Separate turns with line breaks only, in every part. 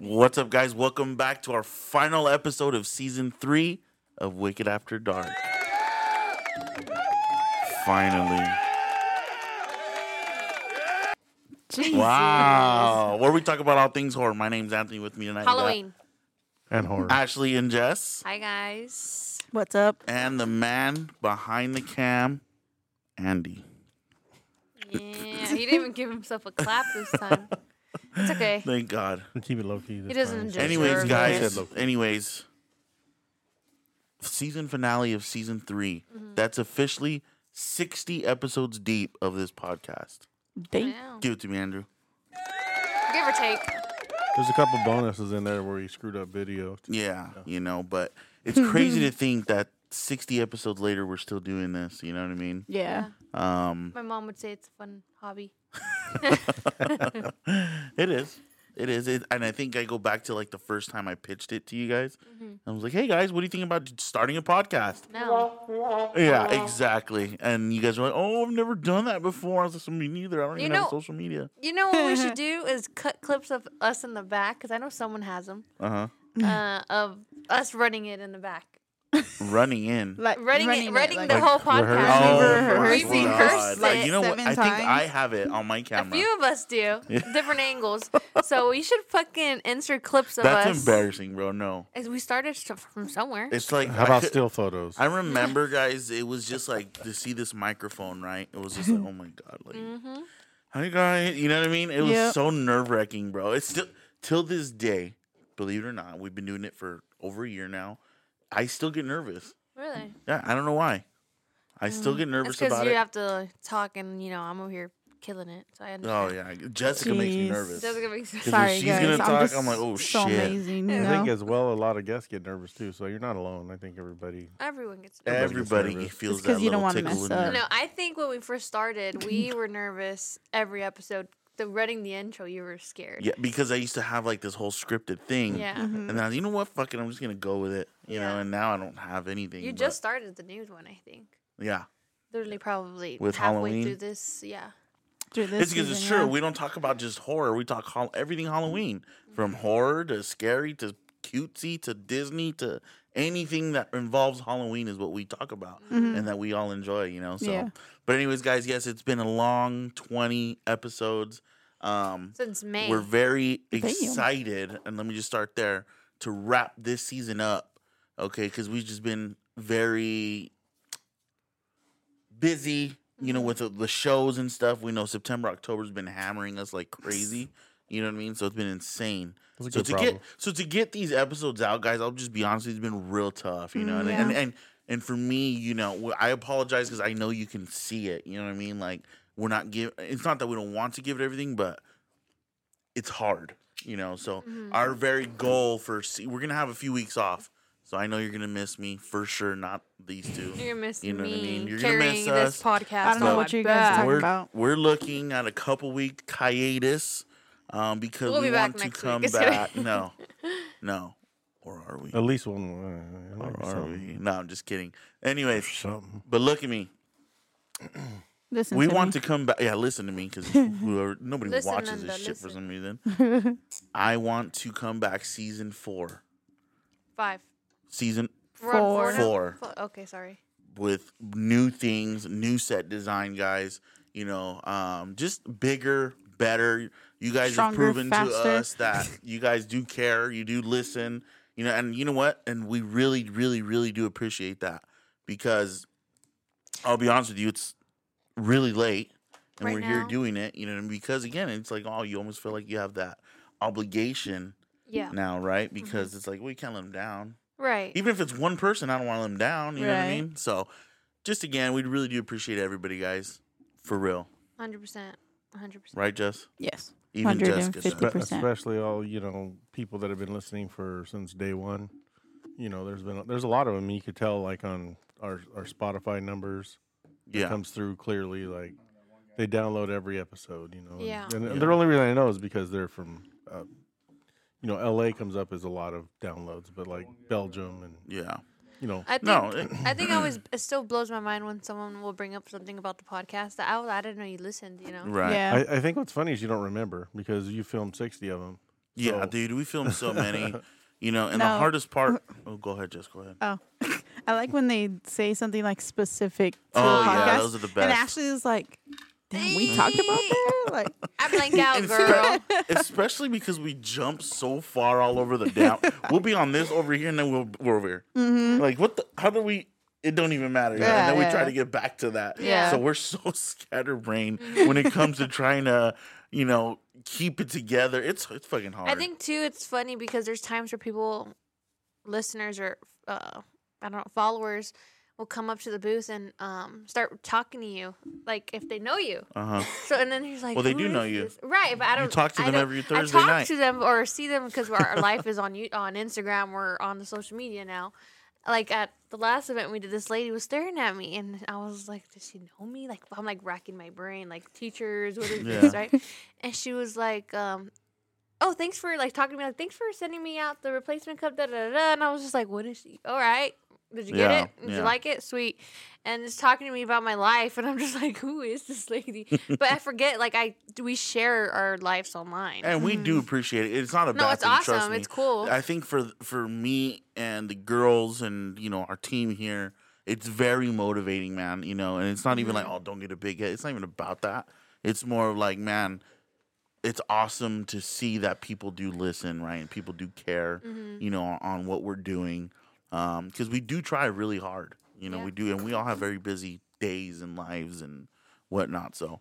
What's up, guys? Welcome back to our final episode of season three of Wicked After Dark. Finally.
Jesus.
Wow. Where we talk about all things horror. My name's Anthony with me tonight. we got
Halloween.
and horror.
Ashley and Jess.
Hi guys.
What's up?
And the man behind the cam, Andy.
Yeah, he didn't even give himself a clap this time. It's okay.
Thank God.
Keep it low key. He
doesn't enjoy-
Anyways,
Deserve
guys.
it.
Anyways, season finale of season 3
Mm-hmm.
That's officially sixty episodes deep of this podcast.
Dang.
Yeah.
Give it to me, Andrew.
Give or take.
There's a couple bonuses in there where he screwed up video.
Yeah, you know, but it's crazy to think that sixty episodes later we're still doing this. You know what I mean?
Yeah.
Um,
My mom would say it's a fun hobby.
it is. It is. It, and I think I go back to like the first time I pitched it to you guys.
Mm-hmm.
I was like, hey guys, what do you think about starting a podcast?
No.
Yeah, exactly. And you guys were like, "Oh, I've never done that before." I was like, "Me neither. I don't
You
even have
know-
social media."
You know what we should do is cut clips of us in the back because I know someone has them.
Uh
Uh, of us running it in the back,
huh. Uh, Running in.
Like
running, it, running the
like
whole podcast.
Oh
rehearsing.
my
rehearsing
God.
rehearsed
Like,
it
you know what?
seven
I think
times.
I have it on my
A
camera.
few of us do different angles, so we should fucking insert clips of
That's
us.
embarrassing, bro. No,
As we started st- from somewhere.
it's like
How
I
about
could-
still photos?
I remember, guys. It was just like to see this microphone, right? It was just like, oh my god, like, hi guys, you know what I mean? It was
Yep.
so nerve wracking, bro. It's still till this day, believe it or not. We've been doing it for over a year now. I still get nervous.
really?
Yeah, I don't know why. I still get
It's
nervous
because
about
you
it.
have to talk, and you know I'm over here killing it, so I
oh
understand.
yeah, Jessica makes me
Jeez.
nervous.
That's gonna make sense.
'Cause when she's gonna talk, I'm like, oh,
so
shit.
amazing. You
I think
know?
as well, a lot of guests get nervous too. So you're not alone. I think everybody.
Everyone gets. nervous.
Everybody
nervous.
feels
It's
that
'cause you
little
don't wanna
tickle in
mess
there.
up.
No, I think when we first started, we were nervous every episode. The running the intro, you were scared.
Yeah, because I used to have like this whole scripted thing.
Yeah.
And
Mm-hmm.
then I was, you know what? Fuck it, I'm just gonna go with it. You know,
Yeah.
and now I don't have anything.
You
but-
just started the new one, I think.
yeah.
Literally, probably
With
halfway
Halloween?
through this. Yeah.
Through this
It's because it's
season,
true.
yeah.
We don't talk about just horror. We talk hol- everything Halloween, from
Mm-hmm.
horror to scary to cutesy to Disney to anything that involves Halloween is what we talk about
Mm-hmm.
and that we all enjoy. You know. So,
Yeah.
but anyways, guys, yes, it's been a long twenty episodes. Um,
Since May.
We're very
Damn.
excited, and let me just start there to wrap this season up, okay? Because we've just been very busy, you know, with the, the shows and stuff. We know September, October's been hammering us like crazy. You know what I mean? So it's been insane.
That's a
So
good
to get
problem.
so to get these episodes out, guys, I'll just be honest, it's been real tough. You know, and,
yeah.
and and and for me, you know, wh- I apologize because I know you can see it. You know what I mean? Like we're not give. It's not that we don't want to give it everything, but it's hard. You know, so
Mm-hmm.
our very goal for se- we're gonna have a few weeks off. So I know you're gonna miss me for sure. Not these two.
You're gonna miss
You know what I
me
mean? You're gonna
carrying
miss us.
this podcast.
I don't know
on
what
my
you guys are
back.
talking
we're,
about.
We're looking at a couple week hiatus um, because
We'll
we
be back
want to
next week.
come
It's okay.
back. No, no, or are we?
At least one. Uh,
Or
like
are
something.
we? No, I'm just kidding. Anyways,
something.
but look at me.
Listen
We
to
want
me.
to come back. Yeah, listen to me because nobody
Listen,
watches
Linda,
this shit for
listen.
some reason. I want to come back season four.
Five.
Season
We're on
Four.
now?
Four.
Four. Okay, sorry.
with new things, new set design, guys. You know, um, just bigger, better. You guys
Stronger,
have proven to
faster.
us that you guys do care, you do listen, you know, and you know what? And we really, really, really do appreciate that because I'll be honest with you, it's really late and
Right
we're here
now.
doing it, you know, and because again, it's like, oh, you almost feel like you have that obligation
Yeah. Mm-hmm.
now, right? Because it's like, we can't let them down
Right.
even if it's one person, I don't want to let them down. You know what I
Right.
mean? So, just again, we really do appreciate everybody, guys, for real,
Hundred percent. Hundred percent.
right, Jess?
Yes.
Even Jessica. said
150%.
that.
Spe-
50%.
especially all you know people that have been listening for since day one you know there's been there's a lot of them you could tell like on our, our spotify numbers it
Yeah,
comes through clearly like they download every episode you know and-
Yeah.
and,
Yeah.
the only reason i know is because they're from uh, you know la comes up as a lot of downloads but like belgium and
yeah.
you know
I think
No, it-
I think always it still blows my mind when someone will bring up something about the podcast that oh, I, I didn't know you listened. You know,
right.
Yeah.
I, I think what's funny is you don't remember because you filmed 60 of them
Yeah,
So-
dude, we filmed so many. You know, and the
No.
hardest part. Oh, go ahead, Jess. Go ahead.
Oh, I like when they say something like specific to the
Oh,
podcast.
yeah, those are the
And
best.
Ashley is like, "Damn, we talked about that." Like,
I blank out,
And
girl.
spe- Especially because we jump so far all over the down. we'll be on this over here, and then we'll we're over here.
Mm-hmm.
Like, what? the How do we? It don't even matter. you know, and
Yeah,
then we try to
yeah.
get back to that.
Yeah.
So we're so scatterbrained when it comes to trying to, you know, keep it together. It's it's fucking hard.
I think too, it's funny because there's times where people, listeners or uh, I don't know, followers, will come up to the booth and um, start talking to you, like if they know you.
Uh huh.
So and then he's like,
Well, they
"Who
do
is
know you.
this?" right? But I don't
talk to
I
them
don't-
every Thursday
I talk
night.
to them or see them because our life is on you on Instagram. We're on the social media now. Like at the last event we did, this lady was staring at me, and I was like, "Does she know me?" Like I'm like racking my brain, like teachers, what is this,
Yeah.
right? And she was like, um, "Oh, thanks for like talking to me. Like thanks for sending me out the replacement cup." Da da da. da." And I was just like, "What is she? All right." Did you get
Yeah,
it? Did
yeah.
you like it? Sweet. And it's talking to me about my life, and I'm just like, who is this lady? but I forget, like I we share our lives online.
And we do appreciate it. It's not a
Hmm. no,
bad
it's
thing. Trust
awesome.
me.
It's cool.
I think for for me and the girls and you know our team here, it's very motivating, man. You know, and it's not even like
Mm-hmm.
oh, don't get a big head. It's not even about that. It's more of like, man, it's awesome to see that people do listen, right? And people do care,
Mm-hmm.
you know, on, on what we're doing, because we do try really hard. You know,
Yeah.
we do, and we all have very busy days and lives and whatnot. So.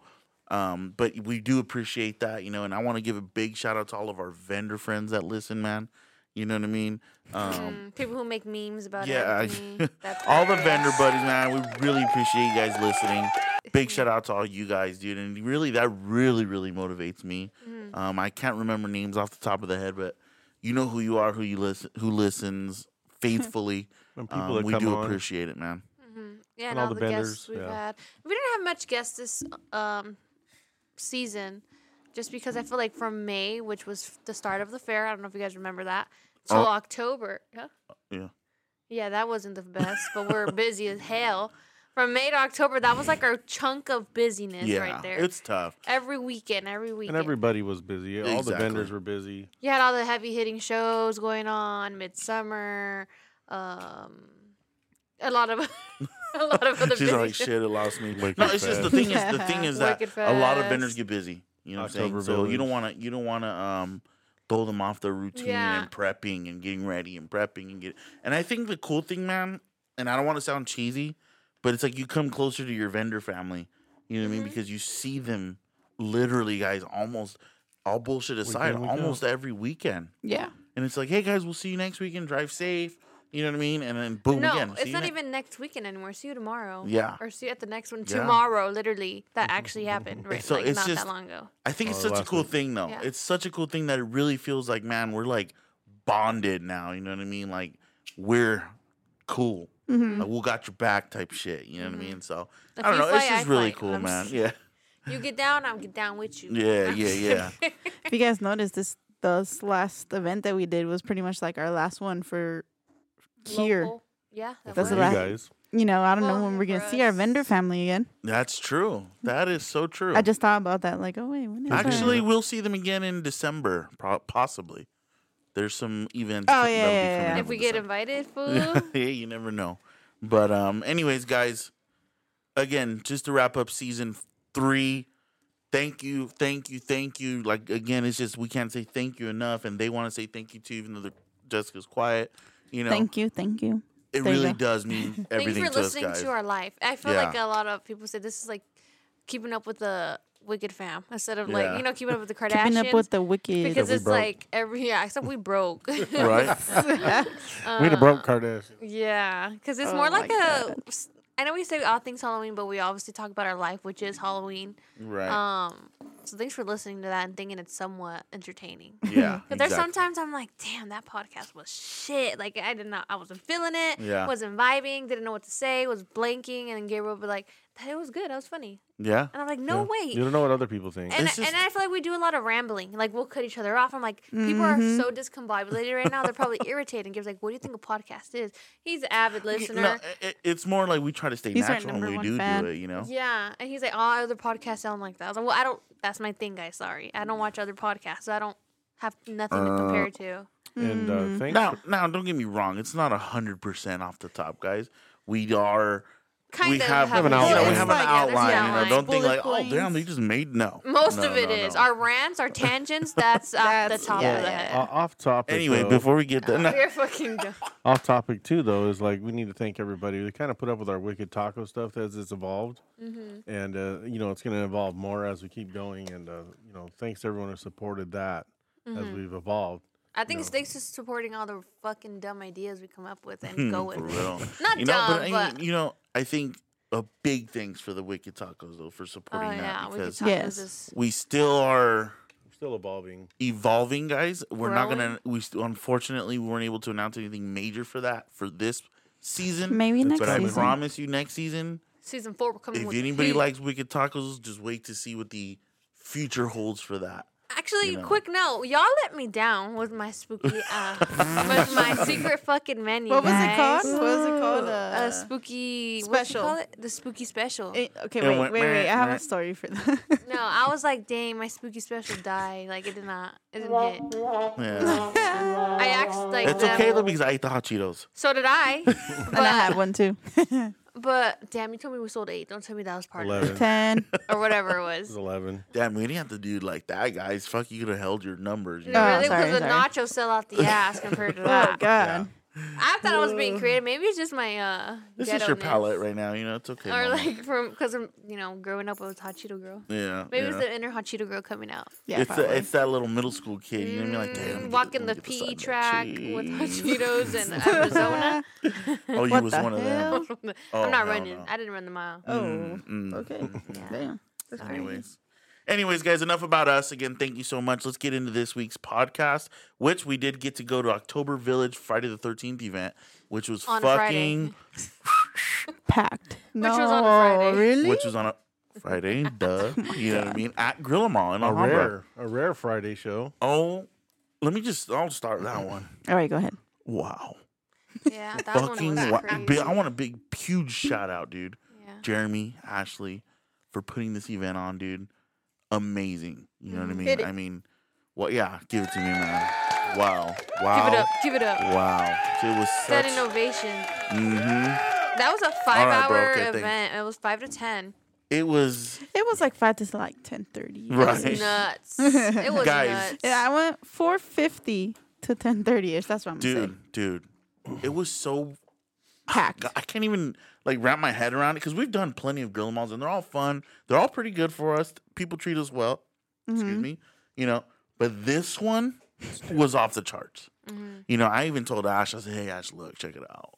Um, but we do appreciate that, you know, and I want to give a big shout out to all of our vendor friends that listen, man. You know what I mean? Um,
Mm, people who make memes about
yeah, I-
everything. That's
all the
great.
vendor buddies, man. We really appreciate you guys listening. Big shout out to all you guys, dude. And really, that really, really motivates me.
Mm.
Um, I can't remember names off the top of the head, but you know who you are, who you listen, who listens faithfully.
And people
um,
that
we
come
do
on.
appreciate it, man.
Yeah,
and
and
all
all,
the
the,
vendors,
guests we've
yeah.
had. We didn't have much guests this um, season, just because I feel like from May, which was the start of the fair. I don't know if you guys remember that. Till
Oh.
October. Yeah.
Yeah.
Yeah, that wasn't the best, but we're busy as hell. From May to October, that was like our chunk of busyness
yeah,
right there.
it's tough.
every weekend, every weekend.
And everybody was busy. All the
Exactly.
vendors were busy.
you had all the heavy hitting shows going on, Midsummer, um, a lot of a lot of other
She's
busy
like,
shows.
shit, it lost me.
Wicked
no, it's just the
fast.
thing is the thing is that
Wicked
a lot of
fast.
vendors get busy. You know what I'm saying?
October
So you don't
Village.
want to you don't want to um throw them off their routine
Yeah.
and prepping and getting ready and prepping and get. And I think the cool thing, man, and I don't want to sound cheesy, but it's like you come closer to your vendor family. You know what I mean?
Mm-hmm.
Because you see them literally, guys, almost all bullshit aside,
week
almost every weekend.
yeah,
And it's like, hey guys, we'll see you next weekend. Drive safe. You know what I mean? And then boom
No,
again.
it's
See you
not
ne-
even next weekend anymore. See you tomorrow.
Yeah.
Or see you at the next one
Yeah.
tomorrow. Literally, that actually happened. Right,
So
like
it's
not
just-
that long ago.
I think it's
Or
such a
last
cool
week.
thing, though.
Yeah.
It's such a cool thing that it really feels like, man, we're like bonded now. You know what I mean? Like we're cool.
Mm-hmm.
Like we'll got your back type shit. You know what I mean? So
If
I don't
you
know. It's
fight,
just
I
really
fight.
cool,
I'm
man.
just-
Yeah,
You get down, I'll get down with you.
yeah, yeah, yeah.
if you guys noticed this, this last event that we did was pretty much like our last one for here.
Local. Yeah. that
That's
For
the
you
works.
last-
guys.
You know, I don't know
Well,
when we're gonna
for
see our
us.
vendor family again.
That's true. That is so true.
I just thought about that. Like, oh wait, when is our-
actually we'll see them again in December, pro- possibly. There's some events.
Oh,
that-
yeah,
that'll be
yeah,
coming
yeah.
up
If we
in
get
December.
invited,
yeah,
fool.
you never know. But um, anyways, guys, again, just to wrap up season three. Thank you, thank you, thank you. Like again, it's just we can't say thank you enough, and they want to say thank you too, even though the, Jessica's quiet. You know,
thank you, thank you.
it
there you
really
go.
does mean
Thank
everything
you for
to us,
listening
guys.
to our life. I feel
Yeah.
like a lot of people say this is like keeping up with the Wicked fam instead of
Yeah.
like you know keeping up with the Kardashians.
Keeping up with the wicked.
because
we
it's
broke.
like every yeah, except we broke.
right?
We'd have
Uh,
broke Kardashian.
Yeah, because it's
Oh
more
my
like a. I know we say all things Halloween, but we obviously talk about our life, which is Halloween.
right.
Um, so thanks for listening to that and thinking it's somewhat entertaining.
yeah.
But there's sometimes I'm like, damn, that podcast was shit. Like I did not, I wasn't feeling it.
Yeah.
Wasn't vibing. Didn't know what to say. Was blanking. And then Gabriel would be like, that it was good. That was funny.
Yeah.
And I'm like, no
Yeah.
wait.
You don't know what other people think.
And, I,
It's just-
and I feel like we do a lot of rambling. Like we'll cut each other off. I'm like, people are so discombobulated right now. They're probably irritated. And Gibbs like, what do you think a podcast is? He's an avid listener.
No, it, it's more like we try to stay
He's our
natural
number
when we
one
do
fan.
do it. You know.
Yeah, and he's like, all other podcasts sound like that. I was like, well, I don't. That's my thing, guys. Sorry, I don't watch other podcasts. So I don't have nothing to compare to.
And
Mm.
Mm.
uh, thanks.
Now,
for-
now, don't get me wrong. It's not hundred percent off the top, guys. We are.
Kind
we
of
have,
have
an
You know,
outline.
we have
It's
an
like, yeah, there's
outline.
an
You know,
outline.
don't think like,
Bullet
oh damn, they
points.
just made no.
Most
No,
of it
no,
is
no.
our rants, our tangents. That's off the
That's-
top
yeah,
of the
yeah.
head.
o- uh, off topic.
Anyway,
though,
before we get there, no.
We're fucking done.
off topic too though is like we need to thank everybody. They kind of put up with our wicked taco stuff as it's evolved, and uh, you know it's going to evolve more as we keep going. And uh, you know, thanks to everyone who supported that as we've evolved.
I think it's
No.
thanks to supporting all the fucking dumb ideas we come up with and go with.
Hmm, for real.
Not
you know,
dumb,
but, I
but-
mean, you know, I think a big thanks for the Wicked Tacos though for
Oh
supporting
yeah,
that
we could
because
talk
Yes.
this.
we still are
We're still evolving.
evolving, guys. We're not gonna.
Growing.
We st- unfortunately we weren't able to announce anything major for that for this season.
Maybe
That's
next
but
what I
I
season.
promise you, next season,
Season four, we're coming
if
Mm, with
anybody
heat.
likes Wicked Tacos, just wait to see what the future holds for that.
Actually,
you know.
quick note, y'all let me down with my spooky, uh, with my secret fucking menu.
What was it
guys.
called? What was it called?
A
Uh,
spooky
Special.
What you call it? The spooky special.
eh, okay,
It
wait,
went
wait, wait. I have
meh,
a story for that.
no, I was like, dang, my spooky special died. Like it did not, it didn't hit.
Yeah.
I asked like
it's
them-
okay though because I ate the hot Cheetos.
So did I.
and I had one too.
But damn, you told me we sold eight. Don't tell me that was part of it
Eleven. This
Ten.
or whatever it was.
is
Oh,
eleven.
Damn, we didn't have to do like that, guys. Fuck, you could have held your numbers. You
No,
Oh,
know?
really,
sorry,
because the
sorry.
nachos sell out the ass compared to
Oh
that.
God.
I thought I was being creative. Maybe it's just my uh.
This is your
ghetto-ness.
palate right now. You know, it's okay.
Or
mama.
like from because I'm you know growing up I was hot Cheeto girl.
yeah,
Maybe
yeah.
it's the inner hot Cheeto girl coming out.
Yeah.
it's,
probably.
the, it's that little middle school kid. You know what I mean? Like, damn. let me
Mm,
get-
walking the
let me get
PE
side
track
note.
with hot
Jeez.
Cheetos and Arizona.
Oh, you
What
was
the
one
hell?
of them. Oh,
I'm not
hell
running.
no.
I didn't run the mile.
Oh.
Mm,
Okay.
Yeah.
Damn.
Anyways. Anyways, guys, enough about us. Again, thank you so much. Let's get into this week's podcast, which we did get to go to October Village Friday the 13th event, which was
On a Friday.
fucking,
Packed. No,
was on a Friday.
really?
which was on a Friday,
Oh
duh. You know what I mean? At Grilla Mall in
A
Alhambra.
rare, a rare Friday show.
Oh, let me just, I'll start that one.
All right, go ahead.
Wow.
Yeah, Mm-hmm. that
Fucking,
one was
wa-
crazy.
big- I want a big, huge shout out, dude.
Yeah.
Jeremy, Ashley, for putting this event on, dude. Amazing. You know what I
Mm-hmm.
mean?
Hit it.
I mean, well, yeah, give it to me, man. Wow. Wow.
Give it up. Give it up.
Wow. It was
That
such.
innovation.
Mhm.
That was a
right,
five-hour
bro. Okay, thanks.
event. It was five to ten.
It was.
It was like five to like ten thirty.
Right.
It was nuts. It was
Guys.
nuts.
Yeah, I went four fifty to ten thirty ish. That's what I'm
Dude,
saying.
dude. It was so.
Packed.
God, I can't even like wrap my head around it because we've done plenty of grill malls and they're all fun. They're all pretty good for us. People treat us well.
Mm-hmm.
Excuse me. You know, but this one was off the charts.
Mm-hmm.
You know, I even told Ash, I said, hey, Ash, look, check it out.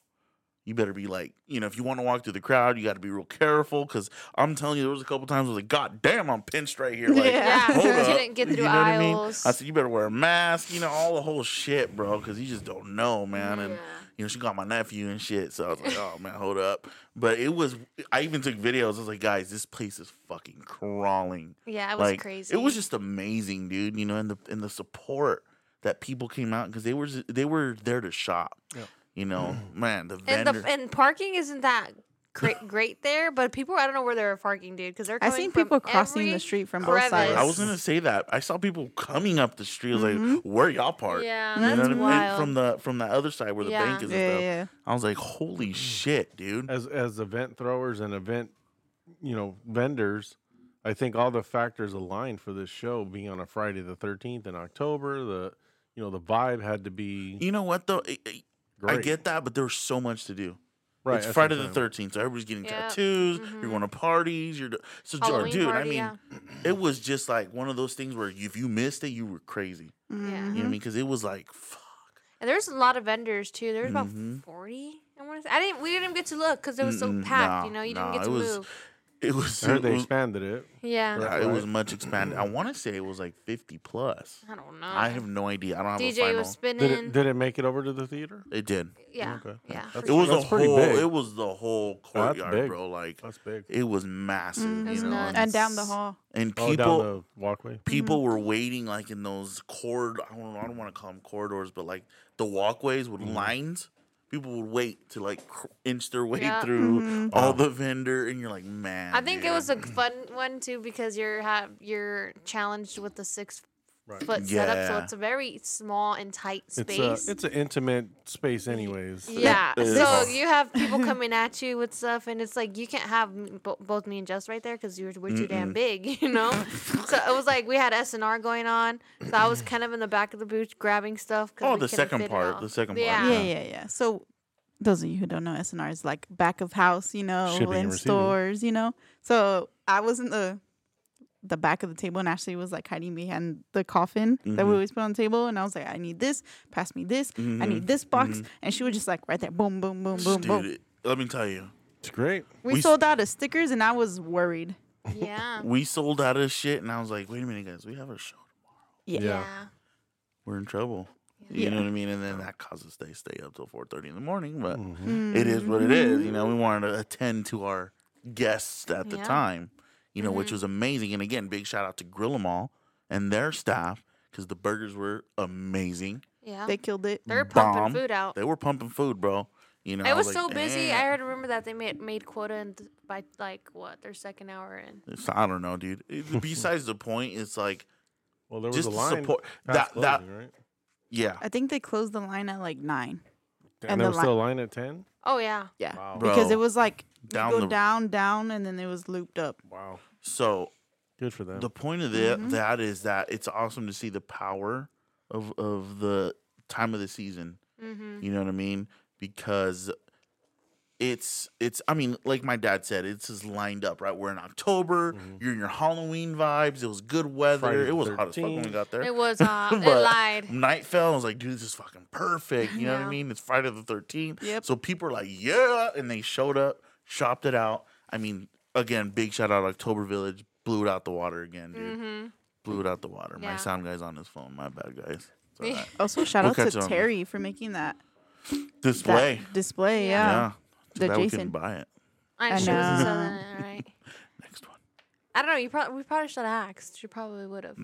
You better be like, you know, if you want to walk through the crowd, you got to be real careful because I'm telling you, there was a couple times I was like, God damn, I'm pinched right here. Like,
Yeah.
Yeah,
hold
you
up.
didn't get
You
through
know what I mean?
aisles.
I said, you better wear a mask, you know, all the whole shit, bro, because you just don't know, man. And,
Yeah.
you know, she got my nephew and shit. So I was like, oh, man, hold up. But it was, I even took videos. I was like, guys, this place is fucking crawling.
Yeah, it was
Like,
crazy.
It was just amazing, dude. You know, and the and the support that people came out because they were s- they were there to shop.
Yeah.
You know,
Mm-hmm.
man, the
and
vendor.
the and parking isn't that great great there, but people I don't know where they're parking, dude, because they're
I
coming
seen
from
people crossing
every-
the street from
crevice.
both sides.
I was gonna say that I saw people coming up the street. I was like, "Where y'all park?"
Mm-hmm. Yeah,
you know
that's
what I mean?
wild.
From the from the other side where the
Yeah.
bank is.
yeah,
and
yeah, Mm-hmm.
stuff.
yeah.
I was like, "Holy shit, dude!"
as as event throwers and event you know vendors i think all the factors aligned for this show being on a friday the 13th in october the you know the vibe had to be
You know what though? I- I- I
great.
get that, but there was so much to do.
right
it's
that's what I'm
Friday the
saying.
thirteenth, so everybody's getting
Yeah.
tattoos. You're going to parties. You're do- so or,
mm-hmm. Halloween
dude. I
party,
mean,
yeah.
it was just like one of those things where if you missed it, you were crazy.
Mm-hmm.
You know what I
Yeah,
mean? Because it was like, fuck.
and there's a lot of vendors too. There's about
Mhm.
forty. I want to. I didn't. We didn't get to look because it was so
Mm-mm,
packed. you
nah,
know, you
nah,
didn't get
it
to
was-
move.
It was.
I heard
It
they
was,
expanded it
Yeah,
yeah, it was
Right.
much expanded. I want to say it was like fifty plus.
I don't know.
I have no idea. I don't have a
DJ
final.
Uh-huh. was
did
spinning.
it did it make it over to the theater
it did.
yeah,
Okay.
yeah.
That's-
It was
That's
a
pretty
whole.
big. Oh,
It was the whole
That's
courtyard,
big.
bro. Like
that's big
it was massive.
Mm.
You
It was
know,
nuts.
And down the hall.
and
oh
people.
down the walkway
Mm-hmm.
people were waiting like in those cord I don't, I don't want to call them corridors, but like the walkways with
Mm-hmm.
lines. People would wait to like cr- inch their way
Yeah.
through
Mhm.
all the vendor, and you're like, man.
I think it
dude."
was a fun one too because you're have you're challenged with the six
Right.
foot setup, so
Yeah.
it's a very small and tight
It's
space.
a, it's an intimate space, anyways.
yeah,
it
so
is.
you have people coming at you with stuff, and it's like you can't have m- bo- both me and Jess right there because you're way too damn big, you know. so it was like we had S and R going on, so I was kind of in the back of the booth grabbing stuff. 'cause
Oh,
we
the
couldn't
second
fit it
part,
all.
the second part,
yeah.
Yeah, yeah, yeah. So those of you who don't know, SNR is like back of house, you know,
Shipping and
in
receiving.
stores, you know. So I was in the the back of the table and Ashley was like hiding behind the coffin that we
Mhm.
always put on the table and I was like, I need this, pass me this, I
Mm-hmm.
need this box. And she was just like right there, boom, boom, boom, boom, boom.
Dude, let me tell you,
It's great.
We,
we s-
sold out of stickers and I was worried.
yeah,
we sold out of shit, and I was like, wait a minute, guys, we have a show.
Yeah.
Yeah.
yeah.
We're in trouble.
Yeah.
You know what I mean? And then that causes they stay up till four thirty in the morning, but
Mhm.
Mm.
it is what it is. You know, we wanted to attend to our guests at
Mm-hmm.
the
Yeah. Mm-hmm.
time, you know, which was amazing. And again, big shout out to Grill 'Em All and their staff because the burgers were amazing.
Yeah.
Mm-hmm. They killed it.
They're pumping
bomb.
food out.
They were pumping food, bro. You know,
I was,
like,
so busy. I
"Damn."
already remember that they made made quota in th- by like what their second hour in.
It's- I don't know, dude. It- Besides the point, it's like
Well, there was
just
a
the
line.
support. That
past
that
closing, right?
yeah,
I think they closed the line at like nine.
And,
and
there
the
was still a line at ten.
Oh yeah,
Yeah.
Wow.
Bro.
Because it was like you
Down
go
the-
down, down, and then it was looped up.
Wow.
so
Good for them.
The point of the,
Mm-hmm.
that is that it's awesome to see the power of of the time of the season.
Mm-hmm.
You know what I mean? Because it's it's I mean, like my dad said, it's just lined up, right? We're in October, you're in your Halloween vibes, it was good weather,
Mm-hmm. Friday the
it was hot as fuck when we
13th.
got there.
it was. Uh, it
But
lied.
Night fell, and I was like, dude, this is fucking perfect. You know what
Yeah.
I mean? It's Friday the 13th.
Yep.
So people are like, yeah. And they showed up, shopped it out. I mean, again, big shout out October Village. Blew it out the water again, dude. Blew it out the water. My
Mm-hmm. Yeah.
sound guy's on his phone. My bad, guys. It's all
Yeah.
right.
Also, shout
We'll
out to
catch on.
Terry for making that that
Display.
display.
Yeah.
Yeah.
yeah. So
The
that we
Jason.
can buy it.
I,
I
should have
know.
done it, right?
Next one.
I don't know. You probably we probably should have asked. You probably would have.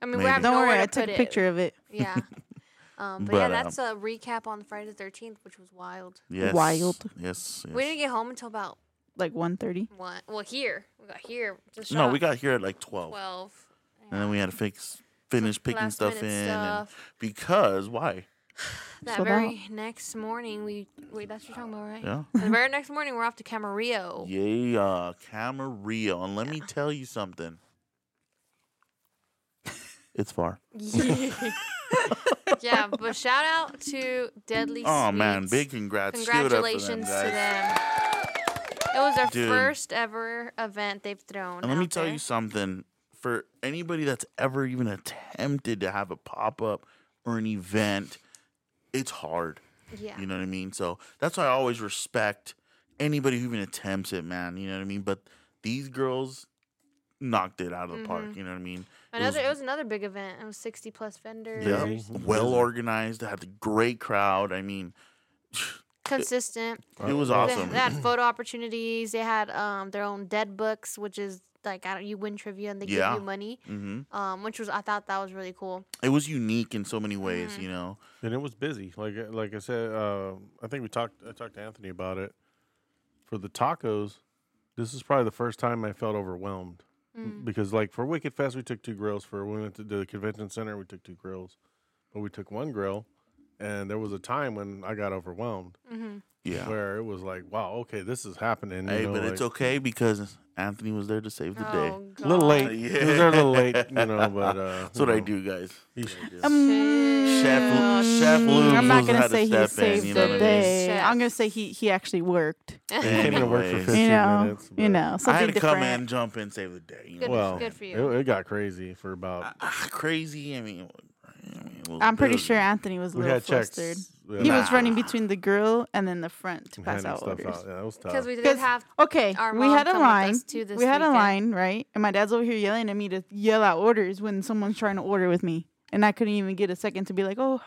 I mean, we
Maybe.
have
Don't
nowhere
worry,
to
I took
put
a
it.
picture of it.
Yeah. Um, but, yeah,
But, um,
that's a recap on Friday the Thirteenth, which was wild.
Yes.
Wild.
Yes. yes.
We didn't get home until about
Like 1.30.
one. Well, here we got here. Just
no,
shot
we got here at like 12.
twelve.
And then we had to fix, finish picking
Last
stuff in.
minute
and-
stuff.
because, why?
That
Sold
very next morning, we wait. That's what you're talking about, right?
Yeah.
The very next morning, we're off to Camarillo.
Yeah, Camarillo. And let me tell you something. It's far.
Yeah. but shout out to Deadly
Oh man,
Sweets.
big congrats. Give it up for them,
Congratulations to
guys.
them. It was their
Dude.
first ever event they've thrown.
And let me
out
tell
there.
you something. For anybody that's ever even attempted to have a pop up or an event, it's hard.
Yeah.
You know what I mean? So that's why I always respect anybody who even attempts it, man. You know what I mean? But these girls knocked it out of the park. You know what I mean?
Another, it was another big event. It was 60 plus vendors.
Yeah,
Busy.
well organized. Had a great crowd. I mean,
Consistent.
it was
They-
awesome.
They, had photo opportunities. They had um their own dead books, which is like I don't you win trivia and they
Yeah.
give you money.
hmm
Um, which was I thought that was really cool.
It was unique in so many ways, you know.
and it was busy. Like like I said, uh, I think we talked. I talked to Anthony about it. For the tacos, this is probably the first time I felt overwhelmed
Mm.
because like for Wicked Fest, we took two grills. For we went to the convention center, we took two grills, but we took one grill. And there was a time when I got overwhelmed,
Yeah.
where it was like, "Wow, okay, this is happening." you
Hey,
know,
but it's
like-
okay because Anthony was there to save the day.
Oh, God.
a little late.
Yeah.
It was there a little late, you know. But uh,
That's what I do, guys. Chef,
Um,
Chef Lou
I'm not
knows
gonna
how to
say he
step
saved
in, you know
the
what I mean?
day.
Chef.
I'm gonna say he he actually worked.
He came into work for
Anyways.
15
You know,
minutes.
you
but-
know
I
something
had to
different.
come in, jump in, save the day. You know?
Good.
Well,
for you.
It, it got crazy for about.
Ah, crazy. I mean, I mean, it was
I'm pretty
busy.
sure Anthony was a
we
little
had checks.
flustered.
we
He
had
was running between the grill and then the front to
handing
pass out
stuff
orders.
Yeah, that was tough.
Because we did
'Cause-
have
Okay,
Our
we
mom
had a
come with
line.
us too this
we had a
weekend.
line, right? And my dad's over here yelling at me to yell out orders when someone's trying to order with me, and I couldn't even get a second to be like, "Oh,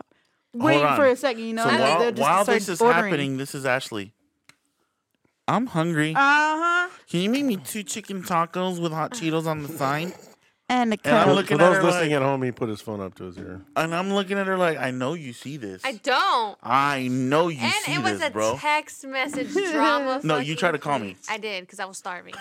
wait
on.
for a second, you know."
So
and they'll
while,
just
while
start
this is
ordering.
happening, this is Ashley. I'm hungry.
uh huh,
Can you make me two chicken tacos with hot Cheetos on the side?
and a
And I'm
cup.
looking
for those
at her
listening
like-
at home, he put his phone up to his ear.
And I'm looking at her like, I know you see this.
I don't.
I know you
and
see
it was
this,
a
bro.
text message drama.
No, you
fucking
tried to call me.
thing. I did because I was starving.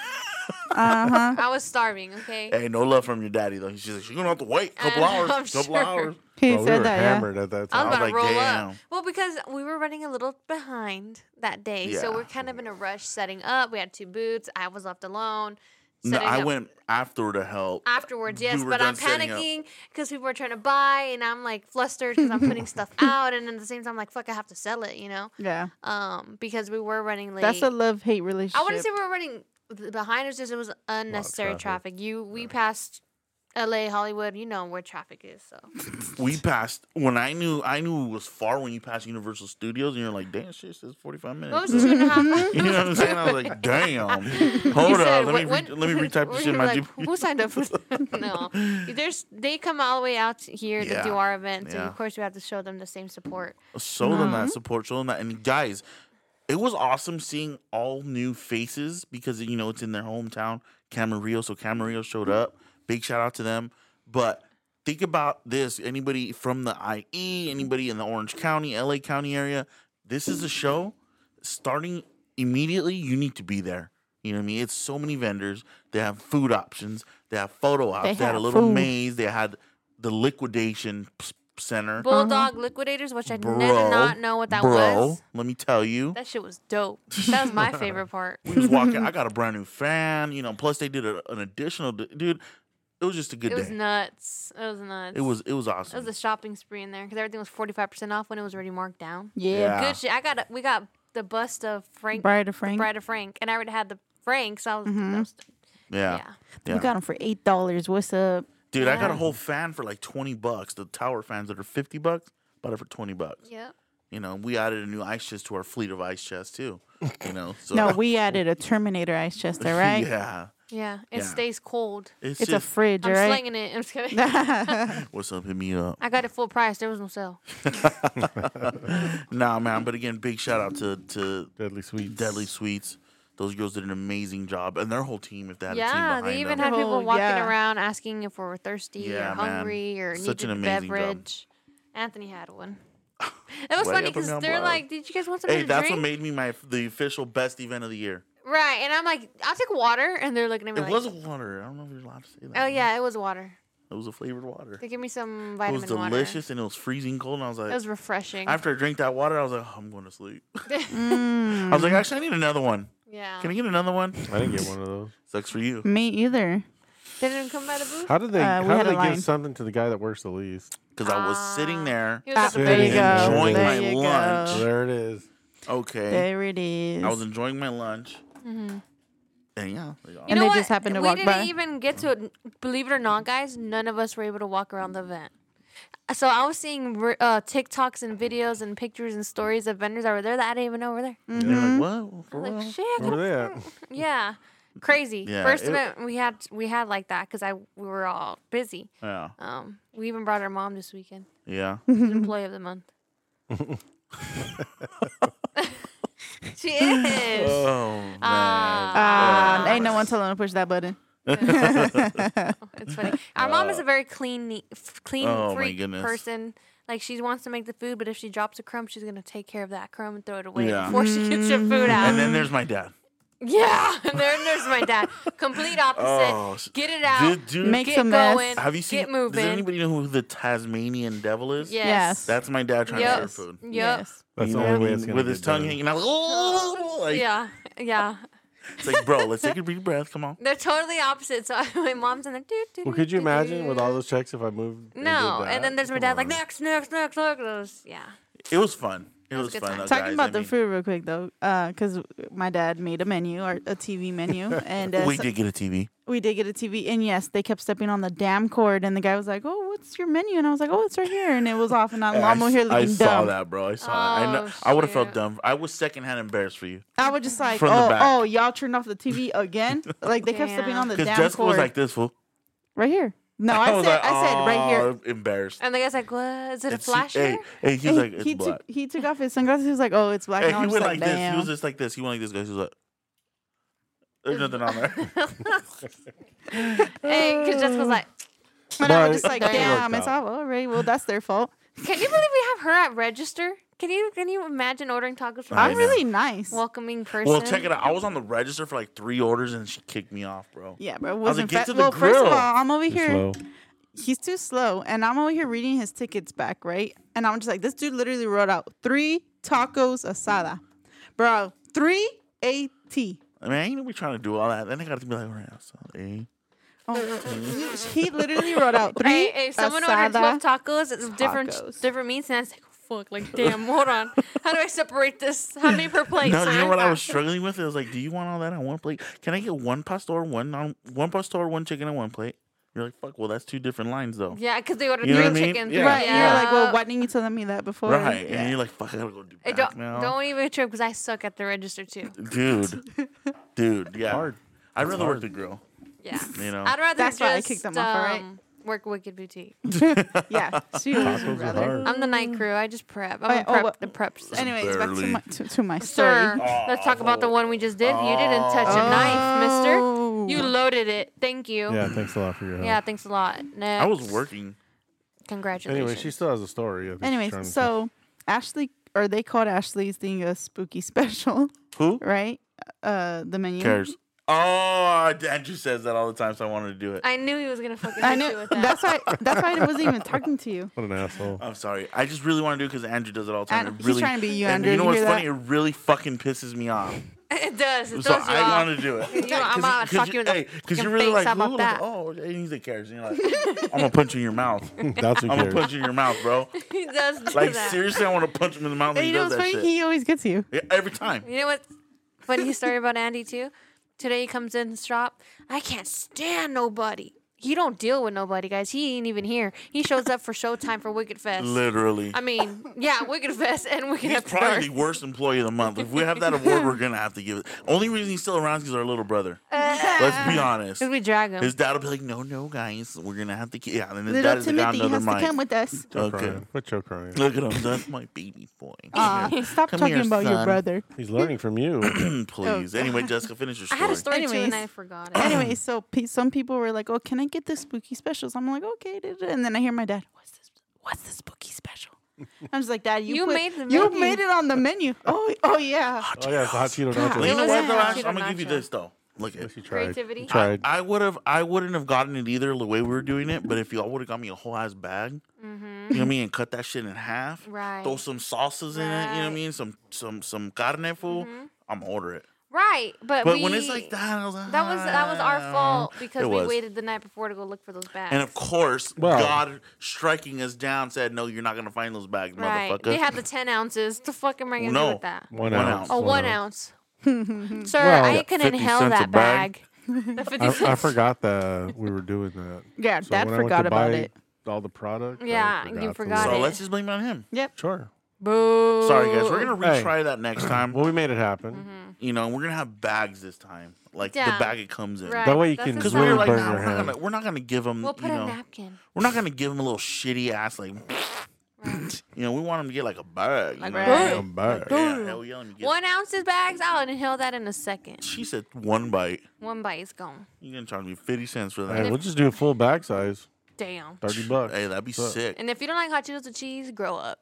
Uh huh.
I was starving, okay?
Hey, no love from your daddy though. She's like, she's gonna have to wait a
I
couple
know,
hours.
Uh, I'm
couple
sure.
hours.
He
Bro, we
said
were
that.
hammered at that
I
time.
was about to
like,
roll up.
damn.
Well, because we were running a little behind that day, so
Yeah.
we're kind of in a rush setting up. We had two boots. I was left alone.
No,
setting
I
up
went after to help.
Uh, afterwards, yes,
were
but I'm
done setting up.
panicking because people are trying to buy, and I'm like flustered because I'm putting stuff out, and at the same time, like fuck, I have to sell it, you know,
Yeah. yeah.
um, because we were running late.
That's a love hate relationship.
I wouldn't say we were running th- behind. It's just it was unnecessary
traffic.
traffic. You we passed L.A. Hollywood. You know where traffic is, so
We passed when I knew I knew it was far when you passed Universal Studios, and you're like, damn, shit, it's 45
what
minutes.
was it, two and a half?
you know what I'm saying? I was like, damn.
You
Hold
said,
on, let me
"What-
re-
what-
let me retype
we're
this in my
like,
G-
Who signed up for that? no, there's they come all the way out here to do
Yeah.
our events, and
Yeah.
of course we have to show them the same support.
Show them that support. Show them that. And guys, it was awesome seeing all new faces because you know it's in their hometown, Camarillo. So Camarillo showed
Mm.
up. Big shout out to them. But think about this: anybody from the IE, anybody in the Orange County, LA County area, this is a show starting immediately. You need to be there. You know what I mean? It's so many vendors. They have food options. They have photo ops. They, had a
have
little
food.
maze. They had the liquidation p- center.
Bulldog liquidators, which I
Uh-huh. Bro,
did not know what that
bro,
was.
let me tell you.
That shit was dope. That was my favorite part.
We was walking. I got a brand new fan, you know. Plus, they did a, an additional. d- Dude, it was just a good
It was
day.
nuts. It was nuts.
it was it was
It was
awesome.
a shopping spree in there because everything was forty five percent off when it was already marked down.
Yeah.
yeah.
Good shit. I got a, we got the bust of Frank,
Bride of Frank.
Bride of Frank, and I already had the Frank, so I was,
Mhm.
that was
yeah.
yeah.
yeah.
We got him for eight dollars. What's up?
dude, I got a
Yeah.
whole fan for like twenty bucks. The tower fans that are fifty bucks, bought it for twenty bucks.
Yep.
You know, we added a new ice chest to our fleet of ice chests too. You know, so
No, we added a Terminator ice chest, all right?
yeah,
Yeah. It
Yeah.
stays cold.
it's,
It's a
just
fridge, all
I'm
right?
slinging it. I'm just kidding.
what's up? Hit me up.
I got it full price. There was no sale.
Nah, man. But again, big shout out to to
Deadly sweet.
Deadly Sweets. Those girls did an amazing job, and their whole team, if they had a team
Yeah,
behind
they even
them.
had people
Oh,
walking
yeah.
around asking if we were thirsty
Yeah,
or
man.
hungry or
Such an
needed a
amazing job.
beverage. Anthony had one. It was
Way
funny
up in
because
Mount
they're
Blast.
like, "Did you guys want something
Hey,
to
that's what
drink?"
made me my the official best event of the year.
right, and I'm like, "I'll take water," and they're looking at me
It
like,
was water. I don't know if you're allowed to say that.
"Oh yeah, it was water.
it was a flavored water.
They give me some
It
vitamin
was
water.
delicious and it was freezing cold. And I was
It
like,
was refreshing.
after I drank that water, I was like, oh, I'm going to sleep. I
Mm,
Mm-hmm.
was like, actually, I need another one.
yeah,
Can I get another one?
I didn't get one of those.
Sucks for you.
me either.
they didn't come by the booth.
How did they?
Uh, we
how
had
did
a
they
line.
give something to the guy that works the least?
Because I was sitting
Ah.
there.
He was at the
Sitting
There you
booth.
and
go.
enjoying my
drinking.
There you
lunch.
go.
There it is.
Okay.
There it is.
I was enjoying my lunch.
Mhm.
And yeah. they all-
You
And
know
they
what?
just happened to
we
walk
didn't
by.
even get to it. Believe it or not, guys, none of us were able to walk around the event. So I was seeing r- uh, TikToks and videos and pictures and stories of vendors that were there that I didn't even know were there.
And they're like, what?
mm-hmm. I
For
was like,
Mm-hmm.
real?"
shit,
Where were they at?
yeah, crazy.
Yeah,
First
it-
event we had we had like that because I we were all busy.
Yeah.
Um, we even brought our mom this weekend.
Yeah.
She's Employee of the month. she is.
Oh, man.
Ah,
Ah.
ain't no one telling him to push that button.
It's funny. Our mom is a very clean, neat- f- clean,
Uh, Oh, my
freak
goodness.
person. Like she wants to make the food, but if she drops a crumb, she's gonna take care of that crumb and throw it away
Yeah. Mm-hmm.
before she gets your food out.
and then there's my dad.
yeah, and there, there's my dad. Complete opposite.
Oh, s-
get it out.
Dude, dude,
Make
get
some mess.
going.
Have you seen?
Get moving.
Does anybody know who the Tasmanian devil is?
yes.
That's my dad trying
Yep.
to serve
Yep.
food.
Yes.
That's
You
the
know
only
what I
way it's
mean?
gonna
With his
get
tongue
better.
hanging out. Like, "Oh," like-
Yeah. Yeah.
It's like, bro, let's take a deep breath. Come on.
They're totally opposite. So my mom's in there. "Doo, doo,
Well,
doo,
could you
doo,
imagine with
doo."
all those checks if I moved? did
No,
that?
and then there's my
Come
dad like
on.
next, next, next, next. Those- Yeah.
It was fun. It
was
was
a good
fun.
time.
Though,
Talking
guys.
about
I
the
mean,
food real quick though, because my dad made a menu or a TV menu, and uh,
we
so-
did get a TV.
we did get a TV. And yes, they kept stepping on the damn cord, and the guy was like, "Oh, what's your menu?" And I was like, "Oh, it's right here," and it was off, and I'm
I,
almost here
s- I
looking
saw
dumb.
that, bro. I saw it. I, know,
Oh,
I would have felt
shoot.
dumb. I was secondhand embarrassed for you
I was just like,
From the
"Oh,
back.
oh, y'all turned off the TV again?" Like they kept stepping
Damn.
on the
because
damn
Jessica
cord.
was like this fool.
right here. No, I,
was
said,
like,
I said, right here.
"Aw," Embarrassed.
And Uh, the guy's like, "What is it? A
And she-
flash?"
hey, hey, he was
And
like, it's
he
black.
took he took off his sunglasses. He was like, "Oh, it's black."
Hey,
and I
he
was
went
like,
like this. He
"Damn."
was just like this. He went like this, guys. He was like, there's nothing on there.
Hey, because Jessica's like,
and I was
But
just like,
it worked
"Damn, it's
out.
off." All right, well, that's their fault.
can you believe we have her at register Can you can you imagine ordering tacos from
I
I'm
know.
this
really nice.
welcoming person?
Well, check it out. I was on the register for like three orders and she kicked me off, bro.
yeah, bro.
was
Wasn't
like, get
fa-
to the
well, first of
grill.
all, I'm over
Too
here.
slow.
He's too slow, and I'm over here reading his tickets back, right? And I'm just like, this dude literally wrote out three tacos asada, bro. Three A T.
I mean, I ain't gonna be trying to do all that. Then I got to be like, all right, so, eh?
Oh, he literally wrote out three
Hey, if someone ordered twelve
asada.
tacos, it's different
tacos.
different meats, and I was like, fuck, like damn, hold on, how do I separate this? How many per plate?
No, you know
sir?
what I was struggling with? It was like, do you want all that on one plate? Can I get one pasta or one on one pasta or one chicken on one plate? You're like, fuck. Well, that's two different lines though.
Yeah, because they ordered
You know
three
what I mean?
chickens.
Yeah.
Right.
Yeah.
You're like, well, why didn't you tell me that before?
Right.
Yeah.
And you're like, fuck, I gotta go do
Hey,
back
don't
now.
don't even trip because I suck at the register too.
dude, dude, yeah.
Hard.
I'd rather
hard.
work the grill.
Yeah,
You know,
I'd rather
That's
just
why I kicked them off, all right?
um, work Wicked Boutique.
yeah. She was
Tacos are
rather.
hard.
I'm the night crew. I just prep. I'm
Mm. Oh,
a
yeah. Oh,
prep,
well-
the prep. s-
Anyways, back to
Barely.
my to, to my
Sir,
story.
let's talk about the one we just did. You didn't touch a knife, mister.
Oh.
You loaded it. Thank you.
Yeah, thanks a lot for your help.
Yeah, thanks a lot. Next.
I was working.
Congratulations.
Anyway, she still has a story. I think she's trying to-
Anyways, so Ashley, or they called Ashley's thing a spooky special,
Who
right? Uh, the menu.
cares? Oh, Andrew says that all the time, so I wanted to do it.
I knew he was gonna fucking
I
hit you
know.
with that.
That's why. That's why I wasn't even talking to you.
What an asshole.
I'm sorry. I just really want to do it because Andrew does it all the time.
And
It
he's
really,
trying to be you,
and
Andrew.
You know
You
what's
hear
funny? It really fucking pisses me off.
it does. It
So
does. you
I
off.
want to do it.
You know, I'm about to fuck you in the
Because
fucking
you're really
face.
like,
How about
"Ooh," like,
that?
oh, and he's like, cares. And you're like, I'm going to punch you in your mouth. I'm
That's what
going to
cares.
punch you in your mouth, bro.
he does do
Like,
that.
seriously, I want to punch him in the mouth when
And
he
you know
does
what's
that
funny?
shit.
He always gets you.
Yeah, Every time.
You know what? Funny story about Andy too. Today he comes in the shop. I can't stand nobody. He don't deal with nobody, guys. He ain't even here. He shows up for Showtime for Wicked Fest.
Literally.
I mean, yeah, Wicked Fest and Wicked
He's
After
probably the
Dark.
worst employee of the month. If we have that award, we're going to have to give it. Only reason he's still around is because our little brother. Let's be honest.
Because we drag him.
His dad will be like, no, no, guys. We're going to have to keep. Yeah, and his dad
Little
is like, on
Timothy
the other
has to
mic.
come with us.
Stop
Okay.
crying. Quit your crying.
Look at him. That's my baby boy.
Aw, Uh, stop
Come
talking
here,
about your
son.
brother.
He's learning from you.
Please. Anyway, Jessica, finish your
I
story.
had a story too, and I
Anyways.
forgot it.
anyway, so pe- some people were like, "Oh, can I get the spooky specials?" I'm like, "Okay," da- da," and then I hear my dad, "What's this? What's the spooky special?" I'm just like, "Dad, you
You
put-
made the
you
menu."
made it on the menu." Oh, oh
Oh
yeah.
yeah, it's a hot Cheeto
God.
Well, you
nacho.
It
know
was
what though,
a
Ash?
hot
I'm
Cheeto
gonna give you
nacho.
this though. Look at
She tried.
Creativity.
I-
She Tried.
I would have I wouldn't have gotten it either the way we were doing it, but if y'all would have got me a whole ass bag, you know what I mean, and cut that shit in half,
Mm-hmm. Right.
throw some sauces in it, you know what I
Right.
mean, some some some carne fool, I'm order it.
Right, but,
But
we,
when it's like that, I was like,
that was that was our
"Ah."
fault because
It
we
was.
waited the night before to go look for those bags.
And of course,
Well-
God striking us down said, "No, you're not gonna find those bags,
right,
motherfucker."
they had the ten ounces. The fuck am I gonna do
no,
with that?
One
One
ounce.
ounce.
Oh,
One
one ounce. Sir, I
Well,
can
50
inhale
cents a
that
bag.
bag. The 50 cents.
I, I forgot that we were doing that.
Yeah,
So
Dad
when I went
forgot
to
about
buy
it.
All the product. I
Yeah, you
to
forgot
so
look.
it.
let's just blame it on him.
Sure.
Boo.
Sorry guys, we're gonna
Hey.
retry that next time.
Well, we made it happen.
You know, and we're gonna have bags this time, like
Yeah.
the bag it comes in.
Right.
That way you
That's
can
It's
Because we
really
were
not-
like,
burn
nah,
your
we're not, gonna,
hand.
we're not gonna give him,
We'll put
you know,
a napkin.
we're not gonna give him a little shitty ass like, you know, we want him to get like a bag. you
Like,
know?
right.
I'm back.
Yeah, hell yeah, let me get-
One ounce's bags. I'll inhale that in a second.
She said one bite.
One bite is gone.
You're gonna charge me fifty cents for
Hey,
that.
we'll just do a full bag size,
Damn.
thirty bucks.
Hey, that'd be
Fuck.
sick.
And if you don't like hot Cheetos with cheese, grow up.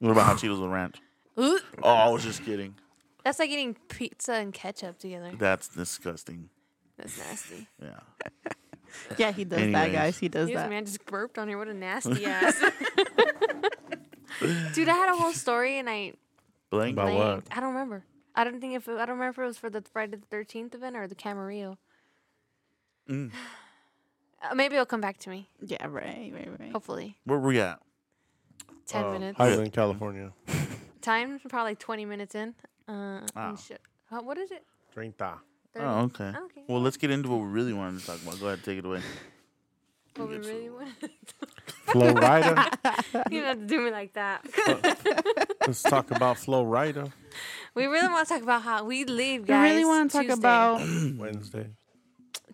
What about hot Cheetos with ranch?
Ooh,
Oh, I was just kidding.
That's like eating pizza and ketchup together.
That's disgusting.
That's nasty.
Yeah.
Yeah, he does that,
Anyways.
guys. He does
Excuse
that.
me, I just burped on here. What a nasty ass. Dude, I had a whole story and I
Blank.
About what?
blanked. I don't remember. I don't think if it, I don't remember if it was for the Friday the Thirteenth event or the Camarillo.
Mm.
Uh, maybe it'll come back to me.
Yeah, right, right, right.
Hopefully,
Where were we at?
ten
Oh,
Uh,
minutes.
Highland, California.
Time probably twenty minutes in. Uh, and
Wow.
shit. Huh, what is it?
Treinta.
Oh, okay.
Okay.
Well, let's get into what we really wanted to talk about. Go ahead, take it away.
What we really want.
Florida.
you don't have to do me like that.
Let's talk about Florida.
we really want to talk about how we leave,
We
guys.
really want to talk
Tuesday.
about
Wednesday.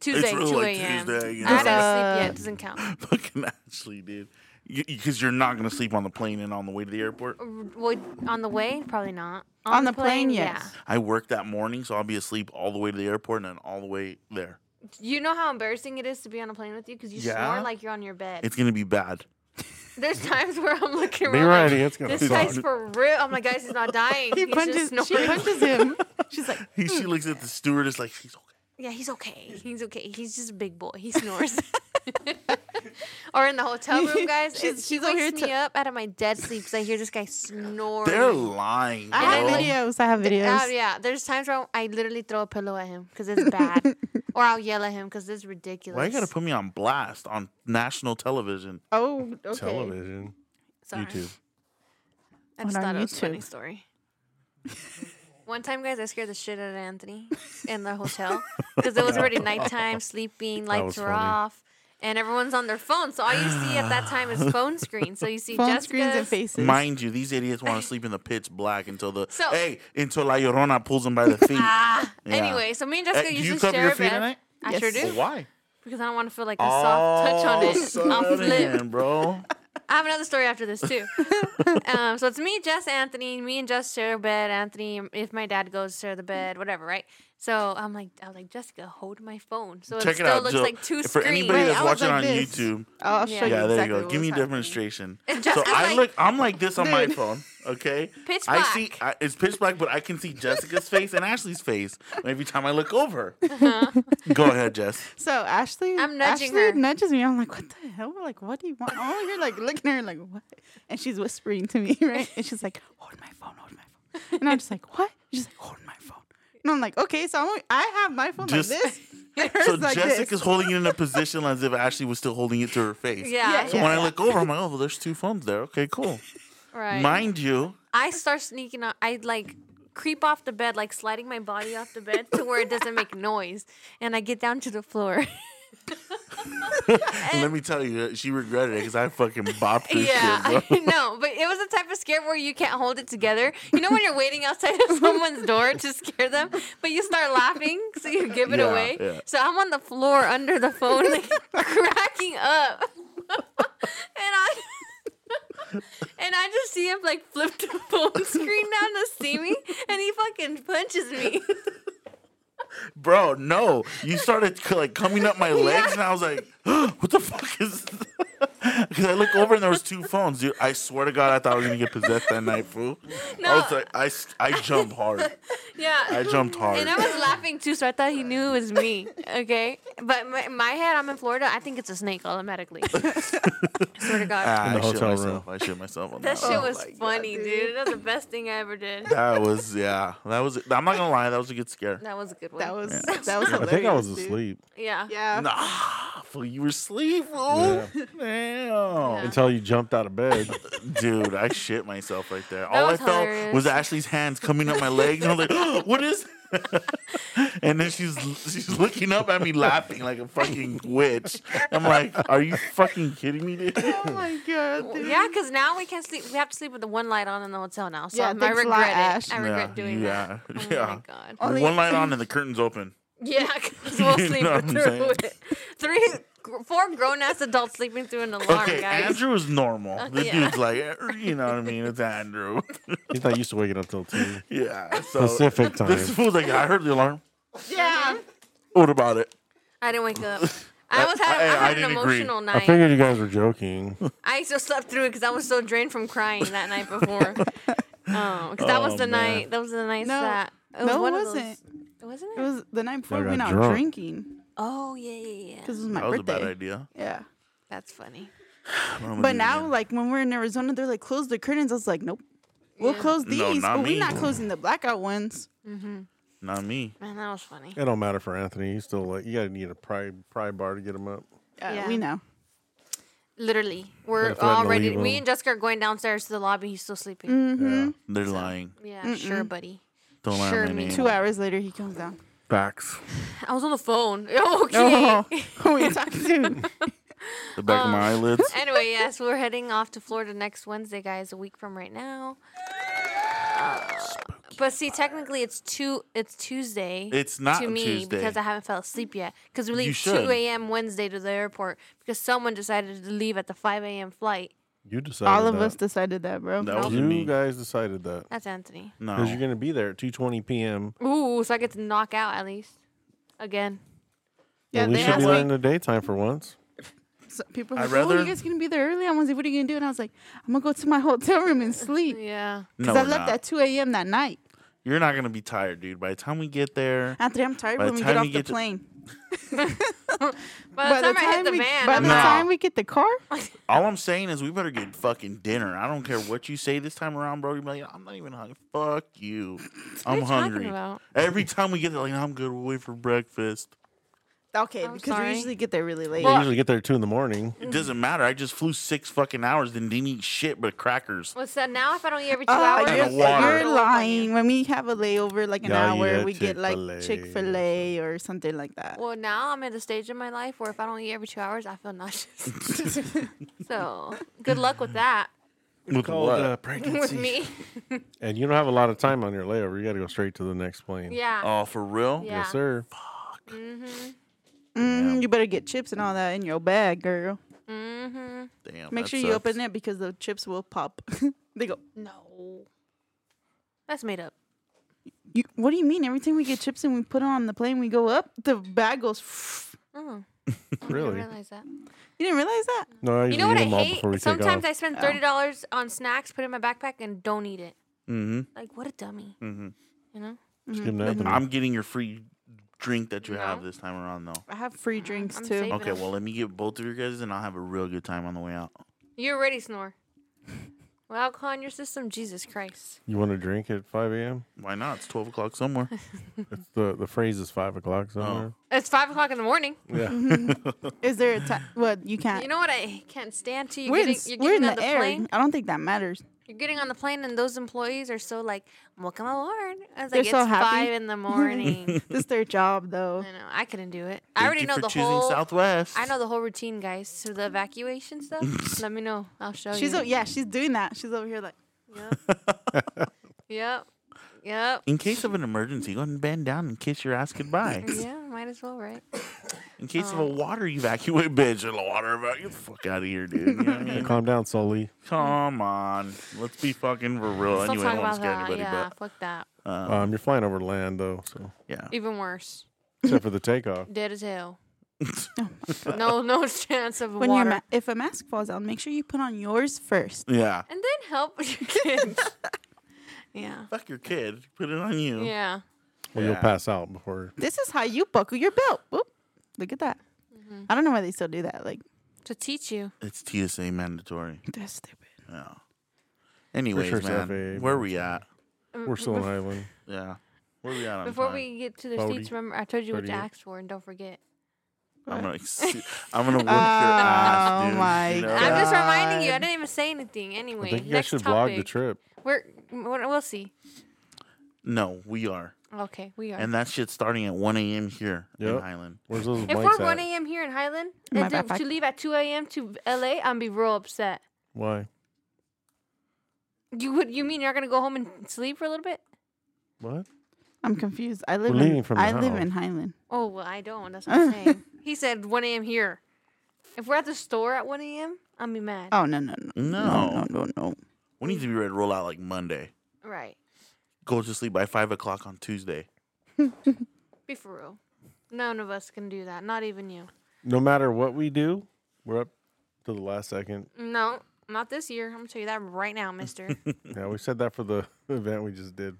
Tuesday,
It's really
two
like
a.m.
Tuesday, you
I didn't
know.
sleep
Uh,
yet. Doesn't count.
Fucking actually, dude. Because you, are not gonna sleep on the plane and on the way to the airport.
Well, on the way, probably not.
on, the plane. yes.
I work that morning, so I'll be asleep all the way to the airport and then all the way there.
Yeah. You know how embarrassing it is to be on a plane with you because you
Yeah.
snore like you're on your bed.
It's gonna be bad.
There's times where I'm looking
Be
around.
right,
like,
it's gonna
This guy's
suck.
for real. I'm like, guys, he's not dying.
He
He's
punches.
just
She
snoring.
punches him. She's like,
He,
Hmm.
she looks at the stewardess like she's okay.
Yeah, he's okay. He's okay. He's just a big boy. He snores. or in the hotel room, guys.
She's-
She's,
she's
she
over
wakes
here
me
to-
up out of my dead sleep because I hear this guy snoring.
They're lying.
I have
bro.
videos. I have
Oh,
videos.
yeah. There's times where I literally throw a pillow at him because it's bad. or I'll yell at him because it's ridiculous.
Why you gotta put me on blast on national television?
Oh, okay.
Television,
Sorry.
YouTube.
I just
On our
thought it was a funny
YouTube.
story. One time, guys, I scared the shit out of Anthony in the hotel because it was already nighttime, sleeping,
was
lights were
funny.
off, and everyone's on their phone. So all you see at that time is phone screens. So you see
Phone
Jessica's,
screens and faces.
Mind you, these idiots want to sleep in the pitch black until the
So-
hey until La Llorona pulls them by the feet.
Ah,
Yeah.
anyway, so me and
Uh,
Jessica
do you
usually
cover
share
your
a
feet
bed.
at night?
I
Yes.
sure do
Well, why?
because I don't want to feel like a soft touch on
Oh,
it. I'm flipped.
bro.
I have another story after this too. um, so it's me, Jess, Anthony. Me and Jess share a bed. Anthony, if my dad goes, share the bed. Whatever, right? So I'm like, I was like, Jessica, hold my phone. So it
Check it
still
out,
looks
Jill.
like two
For
screens.
anybody
Wait,
that's
I was
watching
like
on
this.
YouTube,
I'll show
Yeah.
you
yeah, there
exactly
you go.
what
Give
was
me a
happening.
demonstration.
Just
so
as
I
like-
look, I'm like this on my
Dude.
phone. Okay,
Pitch
I see
black.
I, it's pitch black, but I can see Jessica's face and Ashley's face every time I look over.
Uh-huh.
Go ahead, Jess.
So Ashley,
I'm nudging
Ashley
her.
nudges me. I'm like, what the hell? Like, what do you want? I'm over here like looking at her like what? And she's whispering to me, right? And she's like, hold my phone, hold my phone. And I'm just like, what? She's like, hold my phone. And I'm like, okay, so I'm, I have my phone
Just-
like this. and hers
So
like this.
Jessica's holding it in a position as if Ashley was still holding it to her face.
yeah,
So when I look over, I'm like, oh, well, there's two phones there. Okay, cool.
right.
Mind you,
I start sneaking up. I like creep off the bed, like sliding my body off the bed to where it doesn't make noise, and I get down to the floor.
let me tell you, she regretted it because I fucking bopped her
Yeah,
shit, bro.
I know. But it was the type of scare where you can't hold it together. You know when you're waiting outside of someone's door to scare them, but you start laughing, so you give it
Yeah,
away.
yeah.
So I'm on the floor under the phone, like cracking up. and I and I just see him like flip the phone screen down to see me and he fucking punches me.
Bro, no. You started c- like coming up my legs, and I was like, what the fuck is Because I look over and there was two phones, dude. I swear to God, I thought I was gonna get possessed that night, fool. I
No.
was like, I, s- I jumped hard.
Yeah.
I jumped hard.
And I was laughing too, so I thought he knew it was me. Okay, but my, my head, I'm in Florida. I think it's a snake automatically. swear to God,
Ah,
In the
I shit
hotel
myself. I shit myself on
that
that.
shit
Oh
one.
was funny, dude. That was the best thing I ever did.
That was yeah. That was. I'm not gonna lie. That was a good scare.
That was a good one.
that was that was
I
hilarious.
think I was
dude.
asleep
yeah.
Yeah.
Nah, fool, you were asleep, fool. Damn.
until you jumped out of bed.
Dude, I shit myself right there. All I
was
felt was
hilarious.
Ashley's hands coming up my legs, and I was like, "Oh, "What is?" and then she's she's looking up at me, laughing like a fucking witch. I'm like, "Are you fucking kidding me, dude?"
Oh my god. Dude.
Yeah, because now we can't sleep. We have to sleep with the one light on in the hotel now. So
Yeah,
I
thanks
regret
a
it.
lot, Ash.
I regret doing
yeah,
that. Oh
yeah.
my god.
Only-
One light on and the curtains open.
Yeah, because we'll
You know
sleep
what I'm saying?
through it. Three, gr- four grown ass adults sleeping through an alarm,
Okay,
guys.
Andrew is normal. The
yeah.
dude's like, eh, you know what I mean? It's Andrew.
He's not used to waking up till two
yeah. So
Pacific time.
this fool's like, I heard the alarm.
Yeah.
What about it?
I didn't wake up. I was having,
I-
I,
I
had an
didn't agree.
emotional
I
night.
figured you guys were joking.
I still slept through it because I was so drained from crying that night before. Oh, because that was
Oh,
the
man.
night. That was the night
No.
that. It was
No, it
one of those-
wasn't.
Wasn't
It
it?
was the night before we
got
went out
drunk.
drinking
oh yeah, yeah, yeah.
because it was my
That was
birthday.
a bad idea.
Yeah.
That's funny.
I'm gonna
But
do it
now,
again.
like when we're in Arizona, they're like close the curtains. I was like, nope, we'll
Yeah.
close
No,
these,
not
but
me.
we're not closing the blackout ones.
not me.
Man, that was funny.
It don't matter for Anthony. He's still like you gotta need a pry pry bar to get him up.
Yeah,
Yeah.
we know.
Literally, we're
threatened to
already.
leave
Me
him.
and Jessica are going downstairs to the lobby. He's still sleeping.
Mm,
Yeah.
They're lying.
Yeah, sure, buddy.
Don't lie
Sure,
on
me
me.
Two hours later, he comes down.
Facts.
I was on the phone. Okay.
Oh, who are you talking to?
The back of my eyelids.
anyway, yes, we're heading off to Florida next Wednesday, guys. A week from right now. Uh, but see, technically, it's two. It's Tuesday.
It's not
to
on
me
Tuesday.
because I haven't fell asleep yet. Because we leave two
should.
a.m. Wednesday to the airport because someone decided to leave at the five a.m. flight.
You decided
All of
that.
us decided that, bro.
That was-
You
Wasn't me.
guys decided that.
That's Anthony.
no.
Because you're gonna be there at two twenty PM.
Ooh, so I get to knock out at least again.
yeah,
we
they
should
asked
be
me.
there in the daytime for once.
so people are
I'd
like, oh,
rather-
you guys gonna be there early on Wednesday? What are you gonna do? And I was like, I'm gonna go to my hotel room and sleep.
Yeah.
No,
Cause I
we're
left
not.
at 2 a.m. that night.
You're not gonna be tired, dude. By the time we get there,
After I'm tired
By the
when we
time
get off
you
the
get to-
plane.
By the time, I hit the
we,
van,
by
I'm
the
No.
time we get the car,
all I'm saying is we better get fucking dinner. I don't care what you say this time around, bro. You're like, I'm not even hungry. Fuck you. I'm
you talking
hungry.
about?
Every time we get there, like, I'm good. We'll wait for breakfast.
okay,
I'm
because
sorry.
we usually get there really late.
They usually get there at two in the morning.
It doesn't matter. I just flew six fucking hours and didn't eat shit but crackers.
What's that now? If I don't eat every two
Oh,
hours,
And
you're,
a water.
you're lying. When we have a layover, like an
Yeah,
hour,
yeah,
we get like
Chick-fil-A.
Chick Fil A or something like that.
Well, now I'm at a stage in my life where if I don't eat every two hours, I feel nauseous. so good luck with that
With
Called,
what?
uh, pregnancy.
with me.
And you don't have a lot of time on your layover. You got to go straight to the next plane.
Yeah.
Oh, for real?
Yeah.
Yes, sir.
Mm-hmm.
Mm,
Yeah.
You better get chips and all that in your bag, girl.
Oh.
Mm-hmm.
Damn.
Make
that
sure you
sucks.
open it because the chips will pop. they go.
No. That's made up.
You, what do you mean? Every time we get chips and we put it on the plane, we go up. The bag goes.
Mm. I
Really?
didn't realize that.
You didn't realize that?
No, I
You
usually
know what
eat
I
them all before we
hate? Sometimes
take
I spend thirty dollars on snacks, put it in my backpack, and don't eat it.
Mm-hmm.
Like what a dummy,
Mm-hmm.
you know?
off. Skip napping.
I'm getting your free drink that you have
No.
this time around, though.
I have free drinks
I'm
too.
saving
Okay,
up.
well, let me get both of your guys, and I'll have a real good time on the way out.
You already snore. Well, alcohol in your system, Jesus Christ.
You want to drink at 5 a.m.?
Why not? It's 12 o'clock somewhere.
It's the, the phrase is 5 o'clock
Oh,
somewhere.
It's five o'clock in the morning.
Yeah.
Is there a time? What you can't?
You know what I can't stand to you
we're in,
getting
s-
you're
we're
getting
in the,
on the
air.
plane.
I don't think that matters.
You're getting on the plane and those employees are so like, welcome aboard. I was
They're
like,
so
it's
happy.
five in the morning.
This is their job though.
I know. I couldn't do it. I
Thank
already
you
know
for
the
choosing
whole
Southwest.
I know the whole routine, guys. So the evacuation stuff, let me know. I'll show
She's
you.
o- yeah, she's doing that. She's over here like
Yep. yep. Yep.
In case of an emergency, go ahead and bend down and kiss your ass goodbye.
Yeah, Oh. might as well, right?
In case of a water evacuate, bitch, and a water evacuate, get the fuck out of here, dude. You know what I mean?
Calm down, Sully.
Come on. Let's be fucking for real.
Still
Anyway, I
talk
don't want to
about
scare
that.
anybody,
yeah, fuck that.
but uh,
Um, you're flying over land, though, so
yeah.
Even worse.
except for the takeoff.
Dead as hell. no, no chance of
when your
water.
ma- if a mask falls out, make sure you put on yours first.
Yeah.
and then help your kids. yeah.
Fuck your kid. Put it on you.
Yeah.
Well,
Yeah.
you'll pass out before.
This is how you buckle your belt. Whoop. Look at that.
Mm-hmm.
I don't know why they still do that. Like
To teach you.
It's TSA mandatory.
they're stupid.
Yeah. Anyways,
sure it's
man,
FAA
where we at?
Mm-hmm.
We're still in Highland.
Yeah. Where we at on
Before
time?
we get to the
Forty.
seats, remember I told you what to
38.
ask for and don't forget.
I'm gonna, ex- I'm gonna work your
Oh
ass, dude.
my
you know?
I'm just reminding you. I
God.
didn't even say anything
Uh, I
anyway.
think you guys
Next
should
topic.
vlog the trip.
We're, we're we'll see.
No, we are,
Okay, we are.
and that shit's starting at 1 a.m. here in
Yep.
Highland.
Where's those
if
blanks
we're 1
at?
a.m. here in Highland,
My
and to,
backpack.
to leave at 2 a.m. to LA, I'm be real upset.
Why?
You would you mean you're gonna go home and sleep for a little bit?
What?
I'm confused. I live
We're leaving
in,
from
I
the
live
house.
in Highland.
Oh well, I don't. That's what I'm saying. he said 1 a.m. here. If we're at the store at 1 a.m., I'm be mad.
Oh no no no
No.
no no no. no.
We need to be ready to roll out like Monday.
Right.
Go to sleep by five o'clock on Tuesday.
Be for real. None of us can do that. Not even you.
No matter what we do, we're up to the last second.
No, not this year. I'm gonna tell you that right now, Mister.
Yeah, we said that for the event we just did.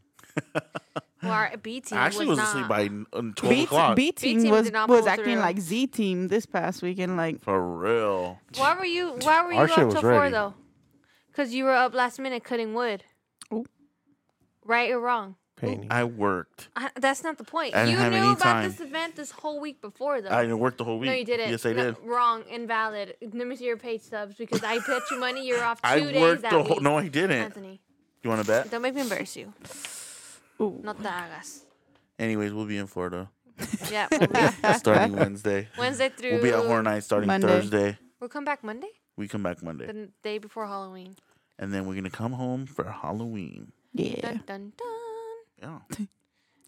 well, our B team
I actually was,
was
asleep
not.
by n- um, twelve
B,
o'clock.
B team
team
was
did not
was
pull
acting
through.
like Z team this past weekend. Like
For real.
Why were you? Why were you
Our
up
shit
till
was
four
ready.
though? Because you were up last minute cutting wood.
Oh.
Right or wrong?
Painting.
I worked.
I, that's not the point.
I didn't
you
have
knew
any
about
time.
this event this whole week before though.
I didn't work the whole week.
no, you didn't.
Yes, I
No,
did.
Wrong, invalid. Let me see your paid subs because I bet you money you're off two
I
days
worked
that
the whole.
week.
No, I didn't.
Anthony,
You want to bet?
don't make me embarrass you.
ooh.
Not that hagas.
Anyways, we'll be in Florida
Yeah. we'll be-
starting Wednesday.
Wednesday through.
We'll be at Horror Night starting
Monday.
Thursday.
We'll come back Monday,
We come back Monday,
the day before Halloween.
and then we're gonna come home for Halloween.
yeah.
Dun dun dun.
Yeah.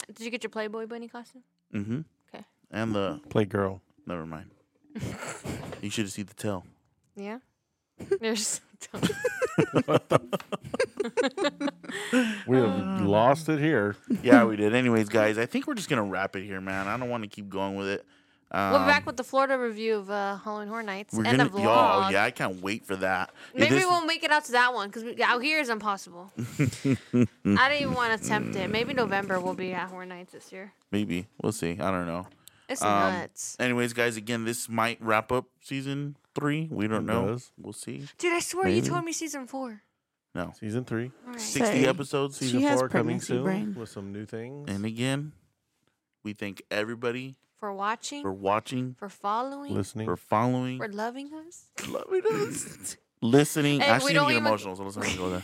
Did you get your Playboy bunny costume?
Mm-hmm.
Okay.
And the
Play girl.
never mind. you should have seen the tail.
Yeah. You're so dumb.
We have lost it here.
Yeah, we did. Anyways, guys, I think we're just gonna wrap it here, man. I don't want to keep going with it. Um,
We'll be back with the Florida review of uh, Halloween Horror Nights
we're
and
gonna,
the vlog.
y'all. Yeah, I can't wait for that. If
Maybe
this-
we'll make it out to that one because out here is impossible. I didn't even want to tempt it. Maybe November will be at Horror Nights this year.
maybe we'll see. I don't know.
It's
Um,
nuts.
Anyways, guys, again, this might wrap up season three. We don't
It
know.
does.
We'll see.
Dude, I swear you
maybe.
told me season four.
No,
Season three,
All right.
sixty
Say,
episodes.
She
season
has
four coming
pregnancy
soon
brain.
with some new things.
And again, we thank everybody
For watching,
for
for,
watching,
following,
listening.
for following,
for loving us.
loving us, listening.
Hey,
I
we
shouldn't
don't
get
even-
emotional, so let's not go there.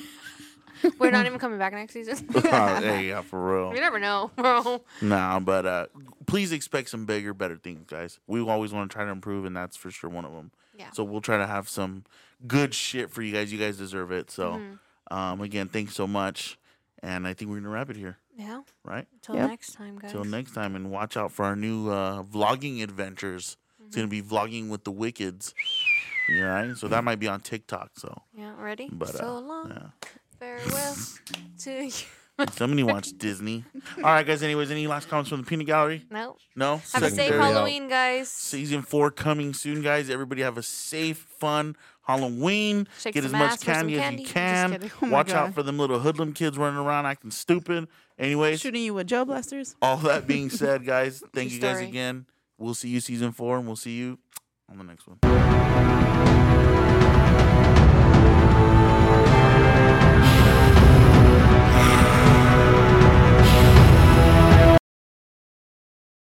We're not even coming back next season.
Oh, hey, yeah, for
You
real.
never know, bro.
Nah, but uh, please expect some bigger, better things, guys. We always want to try to improve, and that's for sure one of them.
Yeah.
So we'll try to have some good shit for you guys. You guys deserve it. So,
Mm-hmm.
um, again, thanks so much, and I think we're gonna wrap it here,
Yeah.
right?
Till
Yep.
next time, guys.
Till next time, and watch out for our new uh, vlogging adventures.
Mm-hmm.
It's gonna be vlogging with the Wickeds. All right, so that might be on TikTok. So,
Yeah, ready?
but uh,
so long.
yeah.
Farewell to you.
Somebody watch Disney. All right, guys. Anyways, any last comments from the Peanut Gallery?
No.
No.
Have a safe
Secondary out.
Halloween, guys.
Season four coming soon, guys. Everybody have a safe, fun Halloween.
Shake
Get as
some
much
ass, wear some candy.
candy, as you
Just
can.
kidding.
Oh my
Watch out
God.
for them little hoodlum kids running around acting stupid. Anyways,
Shooting you with gel blasters.
all that being said, guys, thank
True
you guys
story.
again. We'll see you season four, and we'll see you on the next one.